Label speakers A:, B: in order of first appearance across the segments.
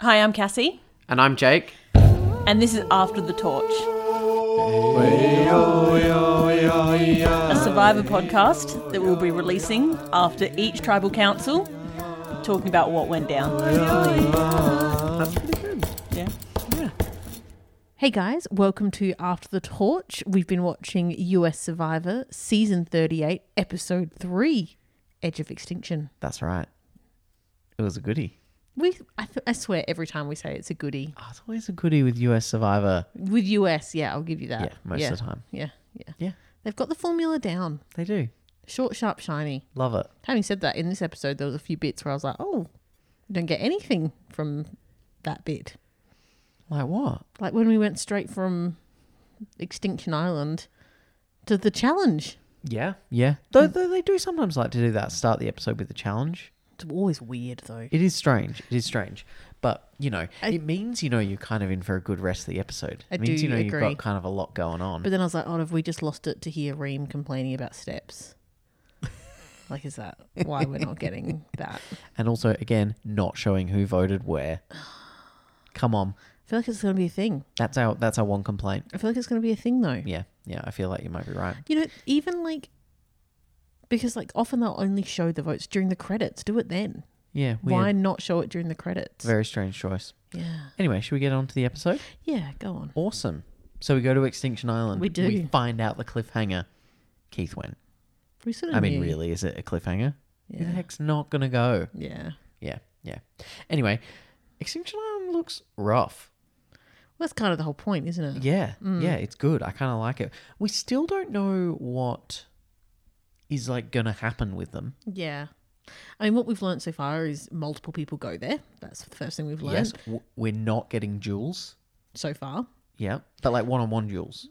A: Hi, I'm Cassie,
B: And I'm Jake.
A: and this is After the Torch. A survivor podcast that we'll be releasing after each tribal council, talking about what went down.
B: That's pretty good.
A: Yeah.
C: Hey guys, welcome to After the Torch. We've been watching US Survivor season 38, episode 3, Edge of Extinction.
B: That's right. It was a goodie.
C: We I, th- I swear every time we say it's a goodie.
B: Oh, it's always a goodie with US Survivor.
C: With US, yeah, I'll give you that.
B: Yeah, most of the time.
C: Yeah, yeah.
B: Yeah,
C: They've got the formula down.
B: they do.
C: Short, sharp, shiny.
B: Love it.
C: Having said that, in this episode there was a few bits where I was like, "Oh, I don't get anything from that bit."
B: Like what?
C: Like when we went straight from Extinction Island to the challenge.
B: Yeah, yeah. Though, though they do sometimes like to do that. Start the episode with a challenge.
C: It's always weird though.
B: It is strange. It is strange. But, you know, it means you know you're kind of in for a good rest of the episode.
C: I
B: it means
C: do
B: you know
C: agree.
B: you've got kind of a lot going on.
C: But then I was like, oh, have we just lost it to hear Reem complaining about steps? like, is that why we're not getting that? I
B: and also, again, not showing who voted where. Come on.
C: feel like it's going to be a thing.
B: That's our that's our one complaint.
C: I feel like it's going to be a thing, though.
B: Yeah. Yeah, I feel like you might be right.
C: You know, even like, because like often they'll only show the votes during the credits. Do it then.
B: Yeah,
C: Why
B: weird.
C: not show it during the credits?
B: Very strange choice.
C: yeah.
B: Anyway, should we get on to the episode?
C: Yeah, go on.
B: Awesome. So we go to Extinction Island.
C: We do.
B: We find out the cliffhanger. Keith went.
C: We sort of
B: I mean,
C: knew.
B: really, is it a cliffhanger? Who the
C: Yeah.
B: heck's not going to go?
C: Yeah.
B: Yeah, yeah. Anyway, Extinction Island looks rough.
C: Well, that's kind of the whole point, isn't it?
B: Yeah,
C: Mm.
B: yeah, it's good. I kind of like it. We still don't know what is like going to happen with them.
C: Yeah. I mean, what we've learned so far is multiple people go there. That's the first thing we've learned
B: Yes, w- we're not getting duels.
C: so far.
B: Yeah, but like one on one duels.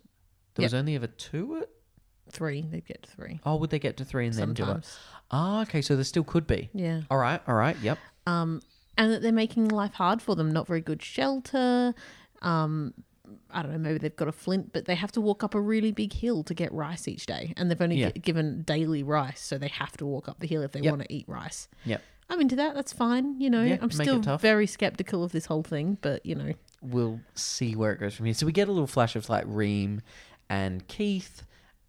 B: There was
C: Yep.
B: only ever two. At-
C: Three, they get three.
B: oh, would they get to three and then do it?
C: Sometimes.
B: Ah, okay, so there still could be.
C: Yeah.
B: All right, all right, yep.
C: um, and that they're making life hard for them. Not very good shelter. Um, I don't know. Maybe they've got a flint, but they have to walk up a really big hill to get rice each day, and they've only
B: Yeah.
C: gi- given daily rice, so they have to walk up the hill if they
B: Yep.
C: want to eat rice.
B: Yep.
C: I'm into that. That's fine. You know,
B: Yeah,
C: I'm
B: make it
C: still
B: tough.
C: very skeptical of this whole thing, but you know,
B: We'll see where it goes from here. So we get a little flash of like Reem and Keith,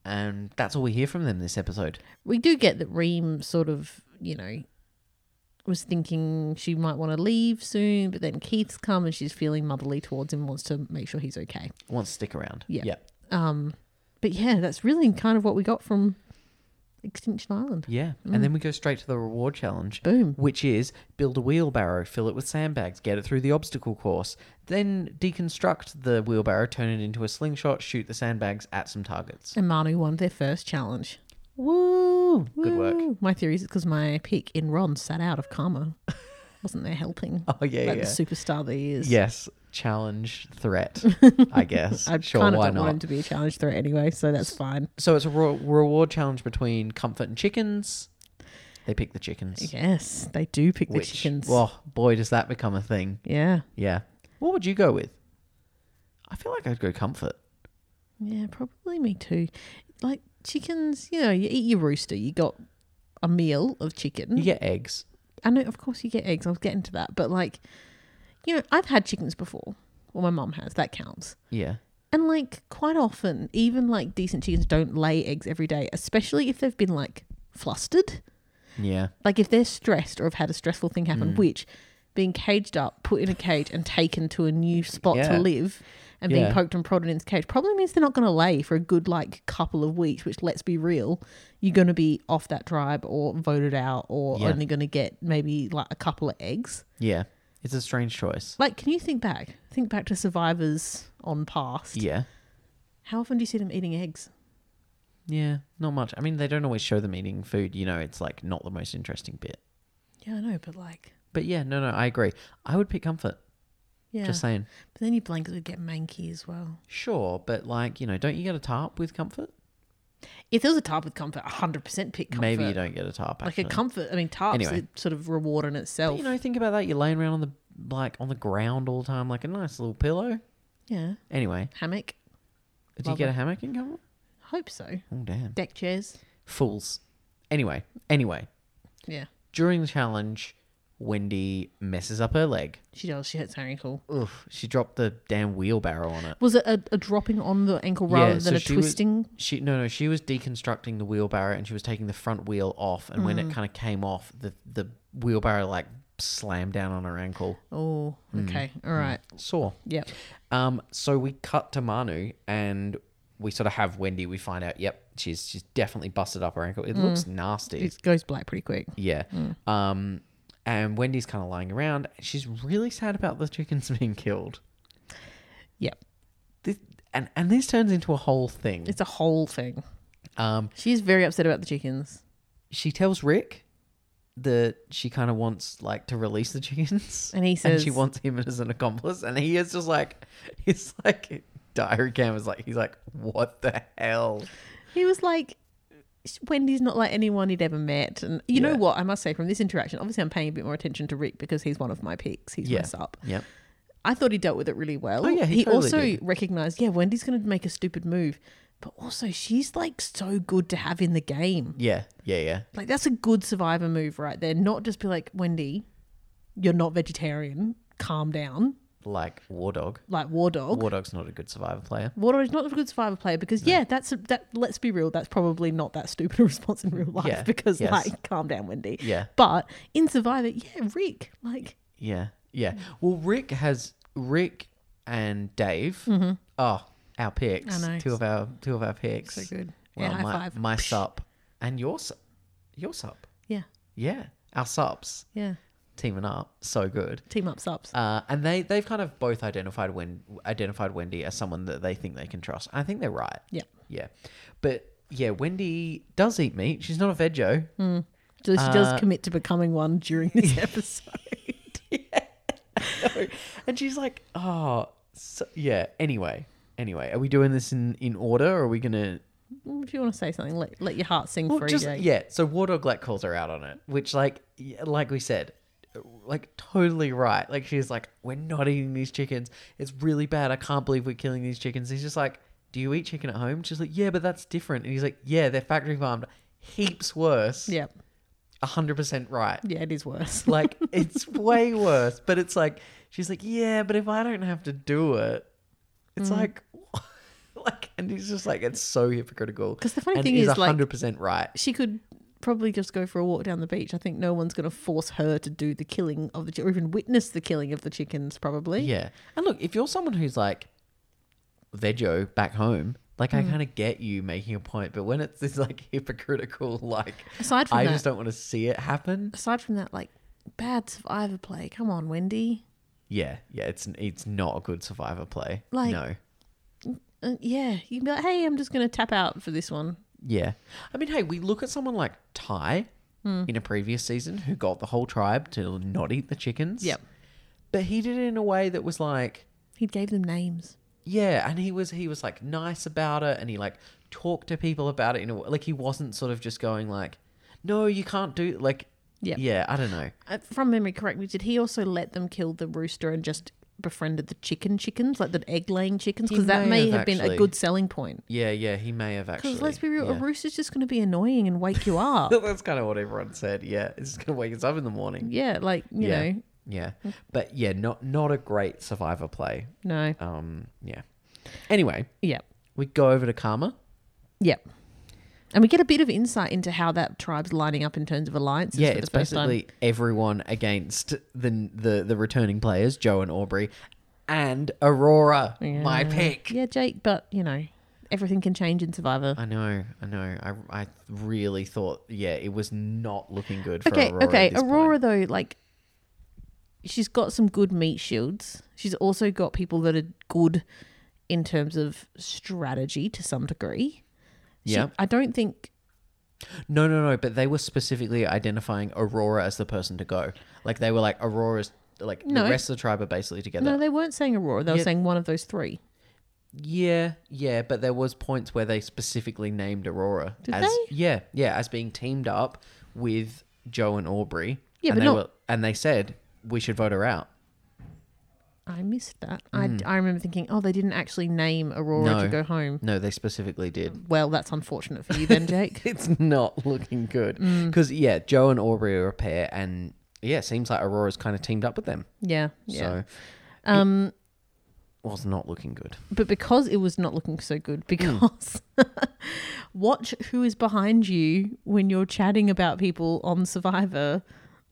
B: and that's all we hear from them this episode.
C: we do get that Reem sort of, you know, was thinking she might want to leave soon, but then Keith's come and she's feeling motherly towards him, wants to make sure he's okay.
B: Wants to stick around.
C: Yeah.
B: Yep.
C: Um, but yeah, that's really kind of what we got from Extinction Island.
B: Yeah. And then we go straight to the reward challenge.
C: Mm. Boom.
B: Which is build a wheelbarrow, fill it with sandbags, get it through the obstacle course, then deconstruct the wheelbarrow, turn it into a slingshot, shoot the sandbags at some targets.
C: And Manu won their first challenge.
B: Woo! Good work.
C: Woo! My theory is because my pick in Ron sat out of karma. Wasn't there helping?
B: Oh, yeah,
C: like
B: yeah.
C: the superstar that he is.
B: Yes. Challenge threat, I guess.
C: I
B: sure,
C: kind of
B: why
C: don't
B: not?
C: want him to be a challenge threat anyway, so that's fine.
B: So it's a re- reward challenge between comfort and chickens. They pick the chickens.
C: Yes, they do pick
B: Which,
C: the chickens.
B: Oh boy, does that become a thing.
C: Yeah.
B: Yeah. What would you go with? I feel like I'd go comfort.
C: Yeah, probably me too. Like chickens, you know, you eat your rooster, you got a meal of chicken.
B: You get eggs.
C: I know, of course, you get eggs. I'll get into that. But, like, you know, I've had chickens before. Well, my mum has. That counts.
B: Yeah.
C: And, like, quite often, even like decent chickens don't lay eggs every day, especially if they've been like flustered.
B: Yeah.
C: Like, if they're stressed or have had a stressful thing
B: Mm.
C: happen, which being caged up, put in a cage, and taken to a new spot
B: Yeah.
C: to live and
B: Yeah.
C: being poked and prodded in the cage probably means they're not going to lay for a good, like, couple of weeks, which, let's be real, you're going to be off that tribe or voted out or
B: Yeah.
C: only going to get maybe like a couple of eggs.
B: Yeah. It's a strange choice.
C: Like, can you think back? Think back to survivors on past.
B: Yeah.
C: How often do you see them eating eggs?
B: Yeah. Not much. I mean, they don't always show them eating food. You know, it's like not the most interesting bit.
C: Yeah, I know, but like,
B: But yeah, no, no, I agree. I would pick comfort.
C: yeah.
B: Just saying.
C: But then your blanket would get manky as well.
B: Sure, but like, you know, don't you get a tarp with comfort?
C: If there was a tarp with comfort, 100% pick comfort.
B: Maybe you don't get a tarp.
C: Like
B: Actually.
C: a comfort, I mean, tarps
B: Anyway.
C: a sort of reward in
B: But,
C: itself.
B: you know, think about that. You're laying around on the like on the ground all the time, like a nice little pillow.
C: yeah.
B: Anyway,
C: Hammock.
B: did
C: Love
B: you get
C: it.
B: a hammock in cover?
C: Hope so.
B: Oh damn,
C: Deck chairs.
B: fools. Anyway, anyway,
C: Yeah.
B: during the challenge, Wendy messes up her leg.
C: She does. She hits her ankle.
B: Oof, she dropped the damn wheelbarrow on it.
C: Was it a, a dropping on the ankle rather than a
B: she was-
C: twisting?
B: she no no she was deconstructing the wheelbarrow and she was taking the front wheel off and when
C: Mm.
B: it kind of came off the the wheelbarrow like slammed down on her ankle
C: Oh, okay. All right.
B: sore.
C: Yep.
B: Um, so we cut to Manu and we sort of have Wendy. We find out, yep, she's she's definitely busted up her ankle. It looks
C: Mm.
B: nasty.
C: It goes black pretty quick.
B: yeah.
C: Mm.
B: Um, and Wendy's kind of lying around. She's really sad about the chickens being killed.
C: Yep.
B: This, and and this turns into a whole thing.
C: It's a whole thing.
B: Um,
C: She's very upset about the chickens.
B: she tells Rick that she kind of wants like to release the chickens,
C: And he
B: and she
C: says-
B: wants him as an accomplice, and he is just like, he's like diary cam is like, he's like, what the hell?
C: He was like, Wendy's not like anyone he'd ever met. And you
B: Yeah.
C: know what? I must say, from this interaction, obviously I'm paying a bit more attention to Rick because he's one of my picks. He's my
B: Yes.
C: sub.
B: Yep.
C: I thought he dealt with it really well.
B: Oh, yeah, he
C: he
B: totally
C: also
B: did.
C: recognized, yeah, Wendy's going to make a stupid move, but also she's like so good to have in the game.
B: Yeah, yeah, yeah.
C: Like that's a good survivor move right there. Not just be like, Wendy, you're not vegetarian. Calm down.
B: Like War Dog.
C: Like War Dog.
B: War Dog's not a good survivor player.
C: War Dog is not a good survivor player because yeah, that's that. Let's be real, that's probably not that stupid a response in real life
B: Yeah,
C: because
B: yes.
C: like, calm down, Wendy.
B: Yeah.
C: But in Survivor, yeah, Rick, like
B: Yeah, yeah. Well, Rick has Rick and Dave. Oh, our picks.
C: I know.
B: Two of our two of our picks.
C: So good.
B: Well,
C: Yeah, high
B: my,
C: five.
B: my
C: Psh.
B: sup and your sup. Your sup.
C: yeah,
B: Yeah, our subs
C: yeah.
B: teaming up. So good.
C: Team ups ups.
B: Uh, and they they've kind of both identified when identified Wendy as someone that they think they can trust. I think they're right.
C: yeah.
B: Yeah, but yeah, Wendy does eat meat. She's not a veggie.
C: So she does commit to becoming one during this episode.
B: And she's like, oh, so, yeah. Anyway, anyway, are we doing this in, in order? Or are we gonna?
C: if you want to say something, let, let your heart sing
B: Well,
C: free.
B: just
C: Jake.
B: yeah. So War Dog like calls her out on it, which like y- like we said, like totally right. Like she's like, we're not eating these chickens. It's really bad. I can't believe we're killing these chickens. He's just like, do you eat chicken at home? She's like, yeah, but that's different. And he's like, yeah, they're factory farmed, heaps worse.
C: yeah,
B: hundred percent right.
C: yeah. It is worse.
B: Like it's way worse. But it's like she's like, yeah, but if I don't have to do it,
C: Mm.
B: it's like, like, and he's just like, it's so hypocritical.
C: 'Cause the funny
B: and
C: thing
B: he's
C: is, like-
B: hundred percent right.
C: she could probably just go for a walk down the beach. I think no one's going to force her to do the killing of the chi- or even witness the killing of the chickens. Probably.
B: Yeah, and look, if you're someone who's like veggie back home. Like
C: Mm.
B: I kind of get you making a point, but when it's this like hypocritical, like
C: Aside from
B: I
C: that-
B: just don't want to see it happen.
C: aside from that, like bad survivor play. Come on, Wendy.
B: Yeah, yeah, it's it's not a good survivor play.
C: Like-
B: no,
C: Uh, yeah, you can be like, hey, I'm just going to tap out for this one.
B: Yeah. I mean, hey, we look at someone like Ty
C: Hmm.
B: in a previous season who got the whole tribe to not eat the chickens.
C: Yep.
B: But he did it in a way that was like,
C: He gave them names.
B: yeah, and he was he was like nice about it and he like talked to people about it in a way like he wasn't sort of just going like, No, you can't do like
C: Yep.
B: Yeah, I don't know.
C: Uh, from memory, correct me. Did he also let them kill the rooster and just befriended the chicken chickens, like the egg laying chickens?
B: He
C: Because that
B: may
C: may
B: have
C: have been
B: actually.
C: a good selling point.
B: Yeah, yeah, he may have actually.
C: Because let's be real,
B: yeah.
C: a rooster's just going to be annoying and wake you up.
B: That's kind of what everyone said. Yeah, it's just gonna wake us up in the morning.
C: yeah, like you
B: yeah,
C: know, Mm.
B: yeah, but yeah, not not a great survivor play.
C: no.
B: Um, yeah. Anyway,
C: Yep,
B: we go over to Karma.
C: yep. And we get a bit of insight into how that tribe's lining up in terms of alliances.
B: Yeah,
C: for
B: it's
C: the first time.
B: basically everyone against the the the returning players, Joe and Aubrey, and Aurora, my pick.
C: Yeah, Jake, but you know, everything can change in Survivor.
B: I know, I know. I, I really thought, yeah, it was not looking good for
C: Okay,
B: Aurora.
C: okay.
B: at this point.
C: Aurora though, like she's got some good meat shields. She's also got people that are good in terms of strategy to some degree. She-
B: Yeah.
C: I don't think
B: No, no, no. But they were specifically identifying Aurora as the person to go. Like they were like Aurora's. Like
C: No.
B: the rest of the tribe are basically together.
C: no, they weren't saying Aurora. They were
B: Yeah.
C: saying one of those three.
B: Yeah, yeah, but there was points where they specifically named Aurora
C: Did
B: as
C: they?
B: yeah, yeah, as being teamed up with Joe and Aubrey.
C: Yeah,
B: and
C: but
B: they
C: not-
B: and they said we should vote her out.
C: I missed that. I, I remember thinking, oh, they didn't actually name Aurora
B: Hmm. No.
C: to go home.
B: No, they specifically did.
C: Well, that's unfortunate for you then, Jake. Mm.
B: It's not looking good because yeah, Joe and Aubrey are a pair, and yeah, seems like Aurora's kind of teamed up with them.
C: Yeah. Yeah.
B: So
C: um,
B: was not looking good.
C: but because it was not looking so
B: Hmm.
C: good because watch who is behind you when you're chatting about people on survivor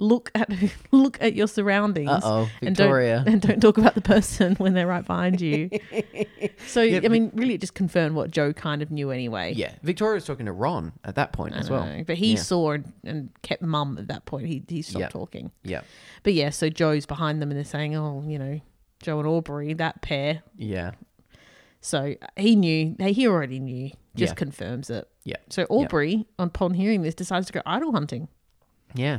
C: look at who, look at your surroundings
B: Uh-oh,
C: and don't-
B: Victoria.
C: and don't, talk about the person when they're right behind you so i
B: but-
C: mean really it just confirmed what joe kind of knew anyway
B: Yeah, Victoria was talking to Ron at that point as well.
C: Uh, but he
B: Yeah.
C: saw and, and kept mum at that point he, he stopped
B: Yep.
C: talking
B: Yeah,
C: but yeah so joe's behind them and they're saying oh you know joe and aubrey that pair
B: yeah,
C: So uh, he knew, he already knew, just
B: Yeah.
C: confirms it.
B: yeah,
C: So Aubrey, upon hearing this, decides to go idol hunting.
B: yeah.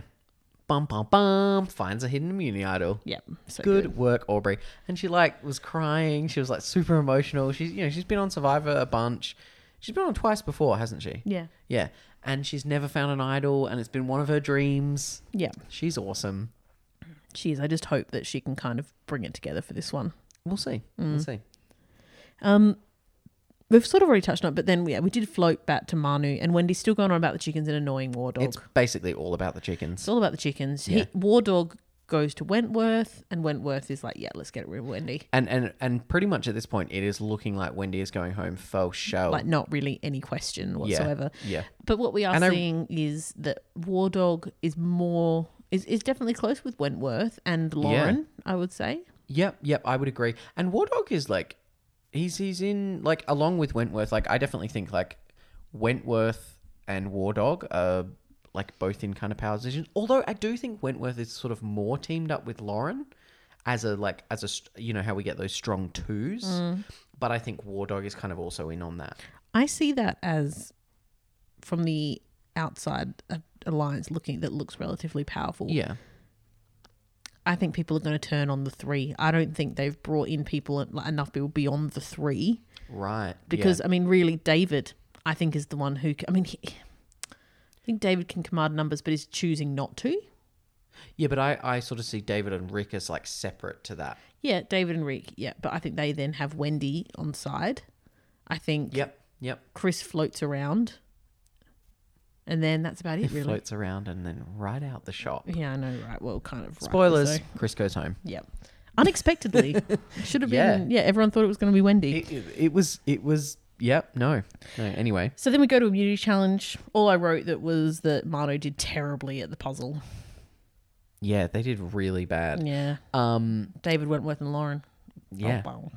B: Bum bum bum. Finds a hidden immunity idol.
C: Yep. So
B: Good, work, Aubrey. And she like was crying. She was like super emotional. She's you know she's been on Survivor a bunch. She's been on twice before, hasn't she?
C: Yeah.
B: Yeah, and she's never found an idol, and it's been one of her dreams.
C: Yeah.
B: She's awesome.
C: Jeez, I just hope that she can kind of bring it together for this one.
B: We'll see.
C: Mm.
B: We'll see.
C: We've sort of already touched on it, but then yeah, we did float back to Manu, and Wendy's still going on about the chickens and annoying War Dog.
B: It's
C: It's,
B: basically all about the chickens.
C: all about the chickens.
B: Yeah.
C: He, War Dog goes to Wentworth, and Wentworth is like, yeah, let's get rid of Wendy.
B: And, and and pretty much at this point, it is looking like Wendy is going home for show.
C: Like, not really any question whatsoever.
B: Oh. Yeah.
C: But what we are
B: And I-
C: seeing is that War Dog is more is, is definitely close with Wentworth and Lauren, I would say.
B: Yep. Yep. I would agree. And War Dog is like, he's he's in like along with Wentworth. Like I definitely think like Wentworth and War Dog are like both in kind of power positions. Although I do think Wentworth is sort of more teamed up with Lauren as a like as a st- you know how we get those strong twos.
C: Mm.
B: But I think War Dog is kind of also in on that.
C: I see that as from the outside a alliance looking that looks relatively powerful.
B: Yeah.
C: I think people are going to turn on the three. I don't think they've brought in people like, enough people beyond the three
B: Right.
C: because I mean really David I think is the one who c- I mean he, I think David can command numbers but is choosing not to.
B: yeah, but I I sort of see David and Rick as like separate to that.
C: Yeah, David and Rick. Yeah, but I think they then have Wendy on side. I think
B: Yep. Yep.
C: Chris floats around, and then that's about it,
B: It
C: really.
B: floats around and then right out the shop.
C: Yeah, I know, right? Well, kind of. rightly
B: Spoilers.
C: so.
B: Chris goes home.
C: Yep. Unexpectedly, should have
B: Yeah.
C: been. Yeah, everyone thought it was going to be Wendy.
B: It, it, it was. It was. Yep. No. No. Anyway.
C: so then we go to immunity challenge. All I wrote that was that Marno did terribly at the puzzle.
B: Yeah, they did really bad.
C: Yeah,
B: Um.
C: David Wentworth and Lauren.
B: Yeah.
C: Oh, wow.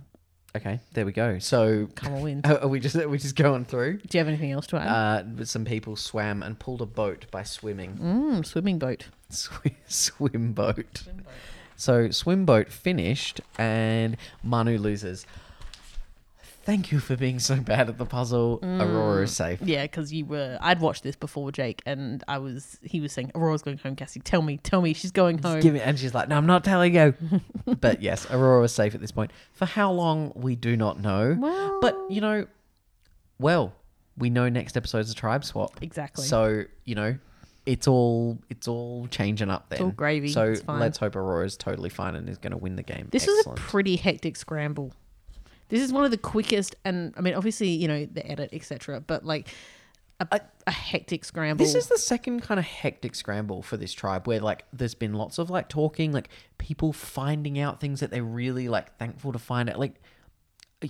B: Okay. There we go. So,
C: Come on, wins.
B: are are we just are we just going through?
C: Do you have anything else to add?
B: Uh, some people swam and pulled a boat by swimming.
C: mm, swimming boat.
B: Swim, swim boat. So swim boat finished and Manu loses. Thank you for being so bad at the puzzle. Aurora is safe.
C: Yeah, because you were. I'd watched this before Jake, and I was. He was saying, "Aurora's going home, Cassie. Tell me, tell me, she's going home."
B: Give me, and she's like, "No, I'm not telling you." but yes, Aurora was safe at this point. For how long we do not know.
C: Well-
B: but you know, well, we know next episode's a tribe swap.
C: Exactly.
B: So you know, it's all it's all changing up then.
C: all gravy.
B: So
C: It's fine.
B: let's hope Aurora's totally fine and is going to win the game.
C: this
B: Excellent.
C: was a pretty hectic scramble. This is one of the quickest, and I mean, obviously, you know, the edit, etc. But like a, a hectic scramble.
B: This is the second kind of hectic scramble for this tribe where like there's been lots of like talking, like people finding out things that they're really like thankful to find out. Like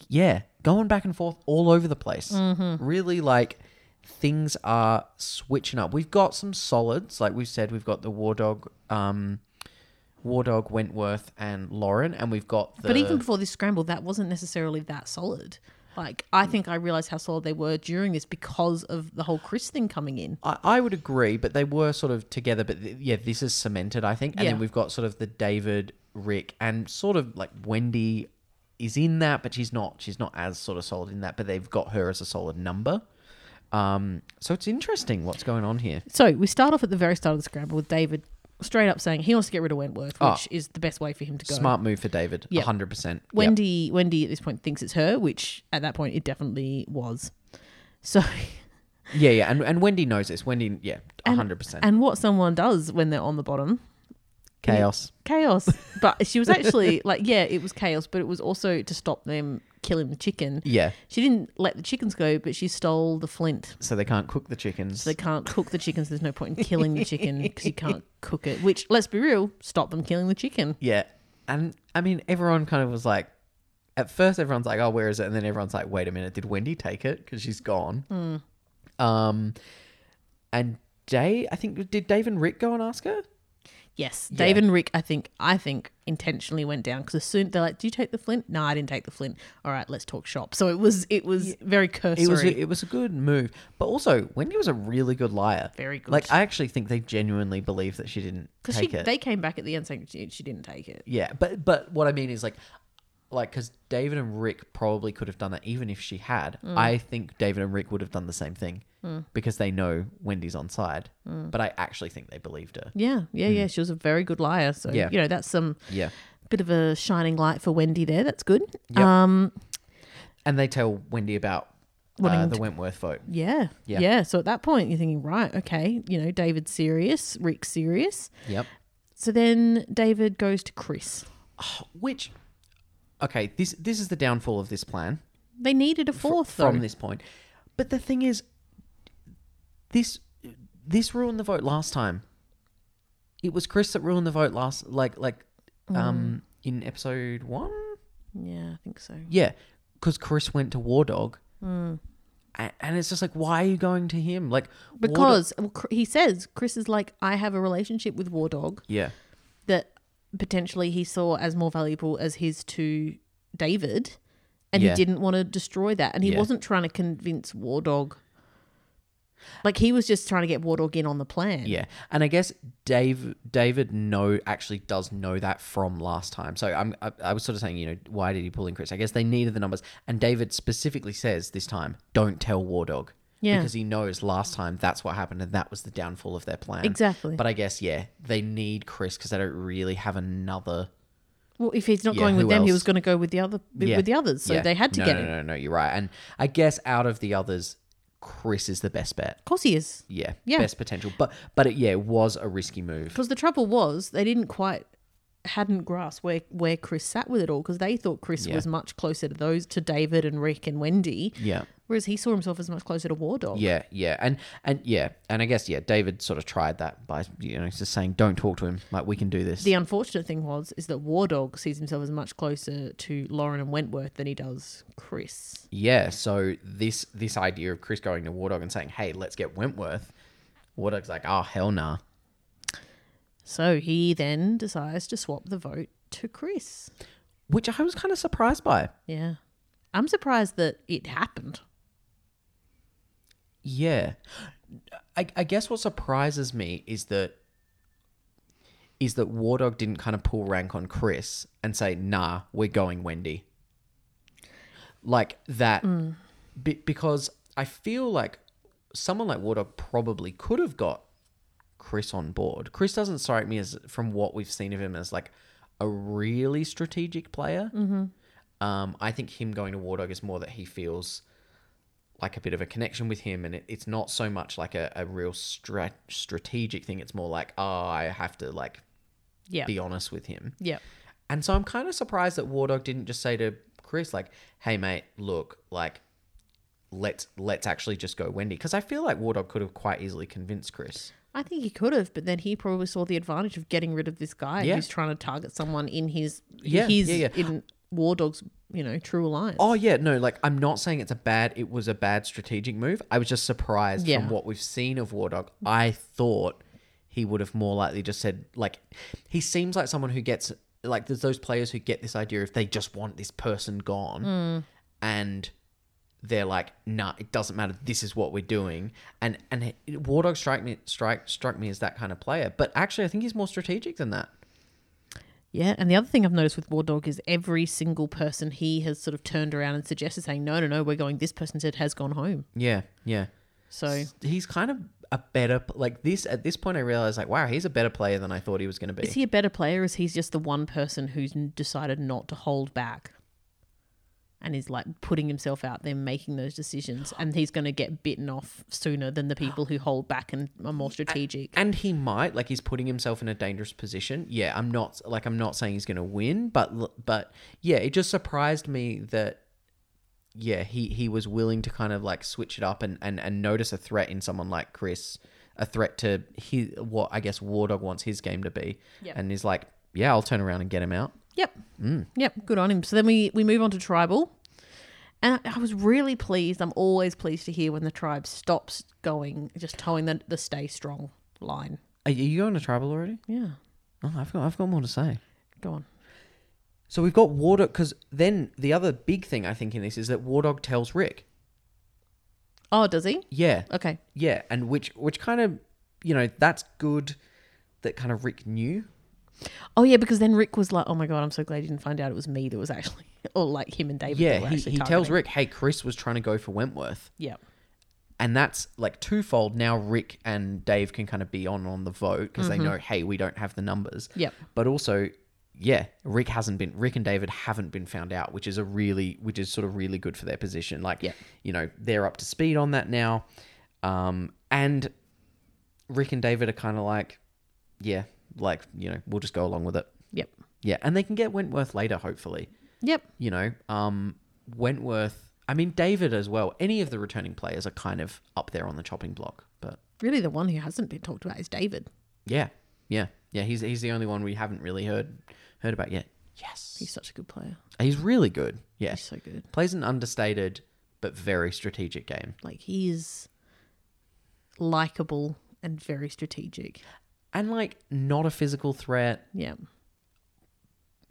B: yeah, going back and forth all over the place.
C: Mm-hmm.
B: Really like things are switching up. We've got some solids, like we've said, we've got the War Dog, um War Dog, Wentworth and Lauren, and we've got the
C: but even before this scramble, that wasn't necessarily that solid. Like I
B: Mm.
C: think I realized how solid they were during this because of the whole Chris thing coming in.
B: I, I would agree, but they were sort of together. But th- yeah, this is cemented, I think. And
C: Yeah.
B: then we've got sort of the David, Rick, and sort of like Wendy is in that, but she's not. She's not as sort of solid in that. But they've got her as a solid number. Um, so it's interesting what's going on here.
C: So we start off at the very start of the scramble with David straight up saying he wants to get rid of Wentworth, which
B: Oh.
C: is the best way for him to go.
B: Smart move for David,
C: Yep.
B: hundred percent.
C: Wendy Wendy at this point thinks it's her, which at that point it definitely was. So
B: yeah, yeah, and and Wendy knows this. Wendy, yeah, hundred percent.
C: and what someone does when they're on the bottom
B: Chaos.
C: chaos. But she was actually like, yeah, it was chaos, but it was also to stop them killing the chicken.
B: Yeah.
C: She didn't let the chickens go, but she stole the flint.
B: So they can't cook the chickens.
C: So they can't cook the chickens. There's no point in killing the chicken because you can't cook it. Which, let's be real, stop them killing the chicken.
B: yeah. And I mean, everyone kind of was like, at first, everyone's like, oh, where is it? And then everyone's like, wait a minute, did Wendy take it? Because she's gone.
C: Hmm.
B: Um, and Dave, I think, did Dave and Rick go and ask her?
C: Yes, Dave and Rick. I think I think intentionally went down because as soon they're like, "Do you take the flint?" No, I didn't take the flint. All right, let's talk shop. So it was it was very cursory.
B: It was a, it was a good move, but also Wendy was a really good liar.
C: Very good.
B: Like I actually think they genuinely believe that she didn't
C: because
B: take
C: she
B: it.
C: they came back at the end saying she, she didn't take it.
B: yeah, but but what I mean is like, like because David and Rick probably could have done that even if she had.
C: Mm.
B: I think David and Rick would have done the same thing because they know Wendy's on side. But I actually think they believed her.
C: Mm. Yeah, yeah, yeah. She was a very good liar. So
B: Hmm. Yeah.
C: you know that's some
B: Yeah,
C: bit of a shining light for Wendy there. That's good.
B: Yep.
C: Um,
B: and they tell Wendy about uh,
C: Wanting
B: the
C: to-
B: Wentworth vote.
C: yeah,
B: Yeah.
C: yeah, So at that point, you're thinking, right, okay, you know, David's serious, Rick's serious.
B: Yep.
C: So then David goes to Chris.
B: Which, okay, this this is the downfall of this plan.
C: They needed a fourth
B: from
C: though.
B: this point. But the thing is, this this ruined the vote last time. It was Chris that ruined the vote last, like like
C: Mm.
B: um in episode one.
C: yeah, I think so.
B: Yeah, because Chris went to War Dog,
C: Mm.
B: A- and it's just like, why are you going to him? Like War Dog-
C: Because well, Chr- he says Chris is like, I have a relationship with War Dog
B: yeah,
C: that potentially he saw as more valuable as his to David, and
B: Yeah.
C: he didn't want to destroy that, and he
B: Yeah.
C: wasn't trying to convince War Dog. Like he was just trying to get War Dog in on the plan.
B: yeah, and I guess Dave David no actually does know that from last time. So I'm I, I was sort of saying, you know, why did he pull in Chris? I guess they needed the numbers, and David specifically says this time, don't tell War Dog.
C: Yeah.
B: because he knows last time that's what happened and that was the downfall of their plan.
C: Exactly.
B: But I guess yeah, they need Chris because they don't really have another.
C: Well, if he's not
B: Yeah,
C: going with
B: who
C: them, he
B: else?
C: was going to go with the other
B: Yeah.
C: with the others. So
B: Yeah.
C: they had to
B: no,
C: get
B: no,
C: him.
B: No, no, no, you're right. And I guess out of the others, Chris is the best bet.
C: Of course he is.
B: Yeah,
C: Yeah.
B: best potential. But but it, yeah, it was a risky move.
C: Because the trouble was they didn't quite hadn't grasped where where Chris sat with it all because they thought Chris
B: Yeah.
C: was much closer to those to David and Rick and Wendy.
B: Yeah.
C: Whereas he saw himself as much closer to War Dog.
B: Yeah, yeah, and and yeah, and I guess yeah, David sort of tried that by you know just saying don't talk to him, like we can do this.
C: The unfortunate thing was is that War Dog sees himself as much closer to Lauren and Wentworth than he does Chris.
B: yeah, so this this idea of Chris going to War Dog and saying hey, let's get Wentworth, War Dog's like oh hell nah,
C: So he then decides to swap the vote to Chris.
B: which I was kind of surprised by.
C: Yeah. I'm surprised that it happened.
B: Yeah, I, I guess what surprises me is that is that War Dog didn't kind of pull rank on Chris and say nah, we're going Wendy, like that, be, because I feel like someone like War Dog probably could have got Chris on board. Chris doesn't strike me as from what we've seen of him as like a really strategic player. Um, I think him going to War Dog is more that he feels like a bit of a connection with him, and it, it's not so much like a, a real strat- strategic thing. It's more like, oh, I have to like
C: Yeah.
B: be honest with him.
C: Yeah.
B: And so I'm kind of surprised that War Dog didn't just say to Chris, like, "Hey, mate, look, like, let's let's actually just go Wendy," because I feel like War Dog could have quite easily convinced Chris.
C: I think he could have, but then he probably saw the advantage of getting rid of this guy
B: Yeah.
C: who's trying to target someone in his
B: Yeah,
C: his
B: yeah, yeah.
C: in War Dog's, you know, true alliance.
B: Oh yeah, no, like I'm not saying it's a bad. It was a bad strategic move. I was just surprised
C: Yeah.
B: from what we've seen of War Dog. I thought he would have more likely just said like, he seems like someone who gets like there's those players who get this idea if they just want this person gone, and they're like, nah, it doesn't matter. This is what we're doing. And and he- War Dog strike me strike struck me as that kind of player. But actually, I think he's more strategic than that.
C: Yeah, and the other thing I've noticed with War Dog is every single person he has sort of turned around and suggested saying, No, no, no, we're going this person said has gone home.
B: Yeah, yeah.
C: So
B: he's kind of a better like this at this point i realized like wow he's a better player than i thought he was going to be
C: is he a better player or is he just the one person who's n- decided not to hold back? and is like putting himself out there making those decisions and he's going to get bitten off sooner than the people who hold back and are more strategic
B: And he might like he's putting himself in a dangerous position. Yeah, I'm not like I'm not saying he's going to win, but l- but yeah, it just surprised me that yeah, he he was willing to kind of like switch it up and and and notice a threat in someone like Chris, a threat to his what I guess War Dog wants his game to be.
C: Yep.
B: And he's like, "Yeah, I'll turn around and get him out."
C: Yep.
B: Mm.
C: Yep. Good on him. So then we we move on to tribal, and I, I was really pleased. I'm always pleased to hear when the tribe stops going, just towing the the stay strong line.
B: Are you going to tribal already?
C: Yeah.
B: Oh, I've got I've got more to say.
C: Go on.
B: So we've got War Dog because then the other big thing I think in this is that War Dog tells Rick,
C: Oh, does he?
B: "Yeah,
C: Okay.
B: yeah," and which which kind of you know that's good that kind of Rick knew.
C: Oh yeah, because then Rick was like, "Oh my god, I'm so glad you didn't find out it was me that was actually, or like him and David." that
B: Yeah,
C: were
B: he,
C: actually
B: he tells
C: targeting."
B: Rick, "Hey, Chris was trying to go for Wentworth,"
C: Yep.
B: and that's like twofold. Now Rick and Dave can kind of be on on the vote because they know, hey, we don't have the numbers.
C: Mm-hmm. Yep.
B: but also. Yeah, Rick hasn't been Rick and David haven't been found out, which is a really which is sort of really good for their position. Like,
C: Yep.
B: you know, they're up to speed on that now. Um and Rick and David are kind of like, yeah, like, you know, we'll just go along with it.
C: Yep.
B: Yeah, and they can get Wentworth later hopefully
C: Yep.
B: you know, um, Wentworth. I mean, David as well. Any of the returning players are kind of up there on the chopping block. But
C: Really, the one who hasn't been talked about is David.
B: yeah, yeah, yeah. He's he's the only one we haven't really heard heard about yet. Yes,
C: He's such a good player.
B: he's really good.
C: He's
B: Yes,
C: so good.
B: plays an understated but very strategic game.
C: Like he is likable and very strategic.
B: And like, not a physical threat.
C: Yeah.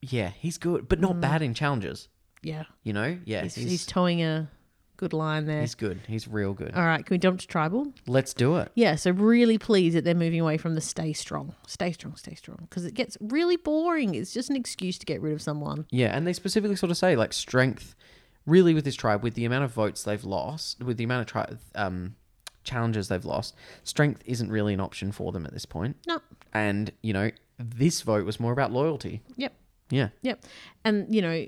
B: Yeah, he's good, but not bad in challenges.
C: Yeah.
B: You know, yeah,
C: Mm. He's,
B: he's
C: he's,
B: he's,
C: towing a good line there.
B: good. He's real good.
C: All right, can we jump to tribal?
B: Let's do it.
C: Yeah, so really pleased that they're moving away from the stay strong, stay strong, stay strong, because it gets really boring. It's just an excuse to get rid of someone.
B: Yeah, and they specifically sort of say like strength, really with this tribe, with the amount of votes they've lost, with the amount of tri- um, challenges they've lost, strength isn't really an option for them at this point.
C: No,
B: And you know, this vote was more about loyalty.
C: yep,
B: Yeah,
C: yep. And, you know,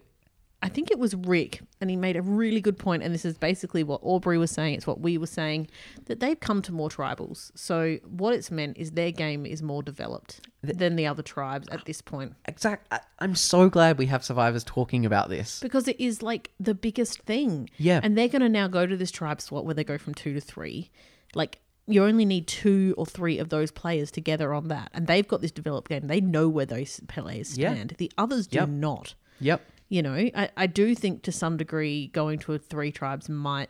C: I think it was Rick, and he made a really good point, and this is basically what Aubrey was saying, it's what we were saying, that they've come to more tribals. So what it's meant is their game is more developed than the other tribes at this point.
B: exact. I, I'm so glad we have survivors talking about this.
C: because it is like the biggest thing.
B: Yeah.
C: And they're going to now go to this tribe spot where they go from two to three. Like, you only need two or three of those players together on that. And they've got this developed game. They know where those players
B: Yeah.
C: stand. The others do
B: Yep.
C: not.
B: Yep.
C: You know, I, I do think to some degree going to a three tribes might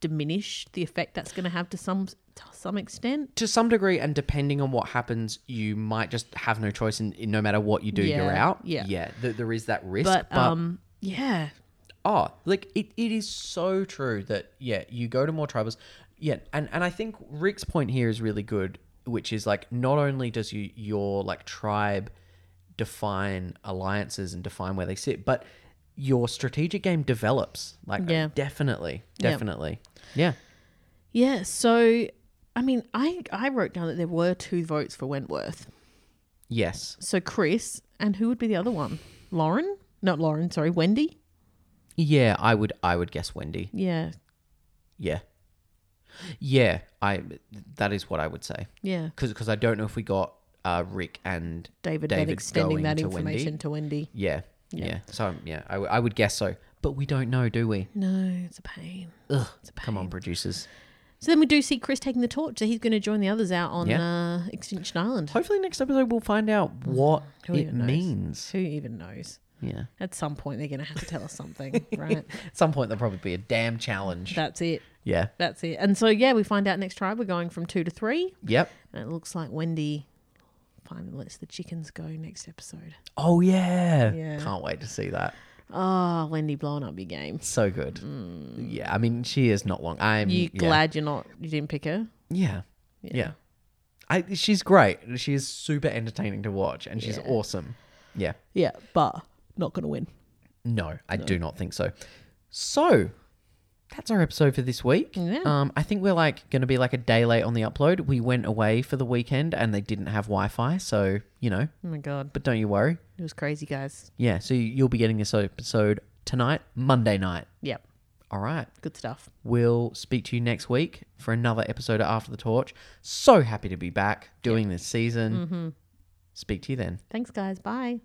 C: diminish the effect that's going to have to some to some extent.
B: To some degree, and depending on what happens, you might just have no choice. And no matter what you do, you're
C: Yeah,
B: out.
C: yeah.
B: yeah. Th- there is that risk,
C: But,
B: but
C: um, yeah.
B: Oh, like it, it is so true that yeah, you go to more tribals. Yeah, and, and I think Rick's point here is really good, which is like not only does you your like tribe define alliances and define where they sit, but your strategic game develops. Like
C: Yeah.
B: definitely.
C: Yeah.
B: Definitely. Yeah.
C: Yeah. So, I mean, I, I wrote down that there were two votes for Wentworth.
B: Yes.
C: So Chris, and who would be the other one? Lauren? Not Lauren, sorry, Wendy.
B: Yeah, I would I would guess Wendy.
C: Yeah,
B: Yeah. Yeah, I that is what I would say.
C: yeah.
B: Because I don't know if we got uh, Rick and
C: David, then
B: David
C: extending
B: going
C: that
B: to Wendy.
C: information to Wendy.
B: Yeah. Yeah. So um, yeah, I, w- I would guess so, but we don't know, do we?
C: No, it's a pain.
B: Ugh.
C: It's a pain.
B: Come on, producers.
C: So then we do see Chris taking the torch. So he's going to join the others out on
B: Yeah.
C: uh, Extinction Island.
B: Hopefully, next episode we'll find out what
C: Who
B: Mm, it
C: even knows?
B: means.
C: Who even knows?
B: Yeah.
C: At some point, they're going to have to tell us something, right?
B: At some point, there'll probably be a damn challenge.
C: That's it.
B: yeah.
C: That's it. And so, yeah, we find out next tribe we're going from two to three.
B: Yep.
C: And it looks like Wendy finally lets the chickens go next episode.
B: Oh yeah.
C: Yeah.
B: Can't wait to see that.
C: Oh, Wendy blowing up your game.
B: So good. Yeah. I mean, she is not long. I'm
C: You
B: yeah.
C: glad you're not you didn't pick her?
B: Yeah. Yeah. I, she's great. She is super entertaining to watch, and she's
C: Yeah.
B: awesome. Yeah.
C: Yeah, but not gonna win.
B: No, I do not think so. So that's our episode for this week.
C: Yeah.
B: Um, I think we're like going to be like a day late on the upload. We went away for the weekend and they didn't have Wi-Fi, so you know.
C: Oh my god.
B: But don't you worry.
C: It was crazy, guys.
B: Yeah, so you'll be getting this episode tonight, Monday night.
C: Yep.
B: All right.
C: Good stuff.
B: We'll speak to you next week for another episode of After the Torch. So happy to be back doing this season. Speak to you then.
C: Thanks, guys. Bye.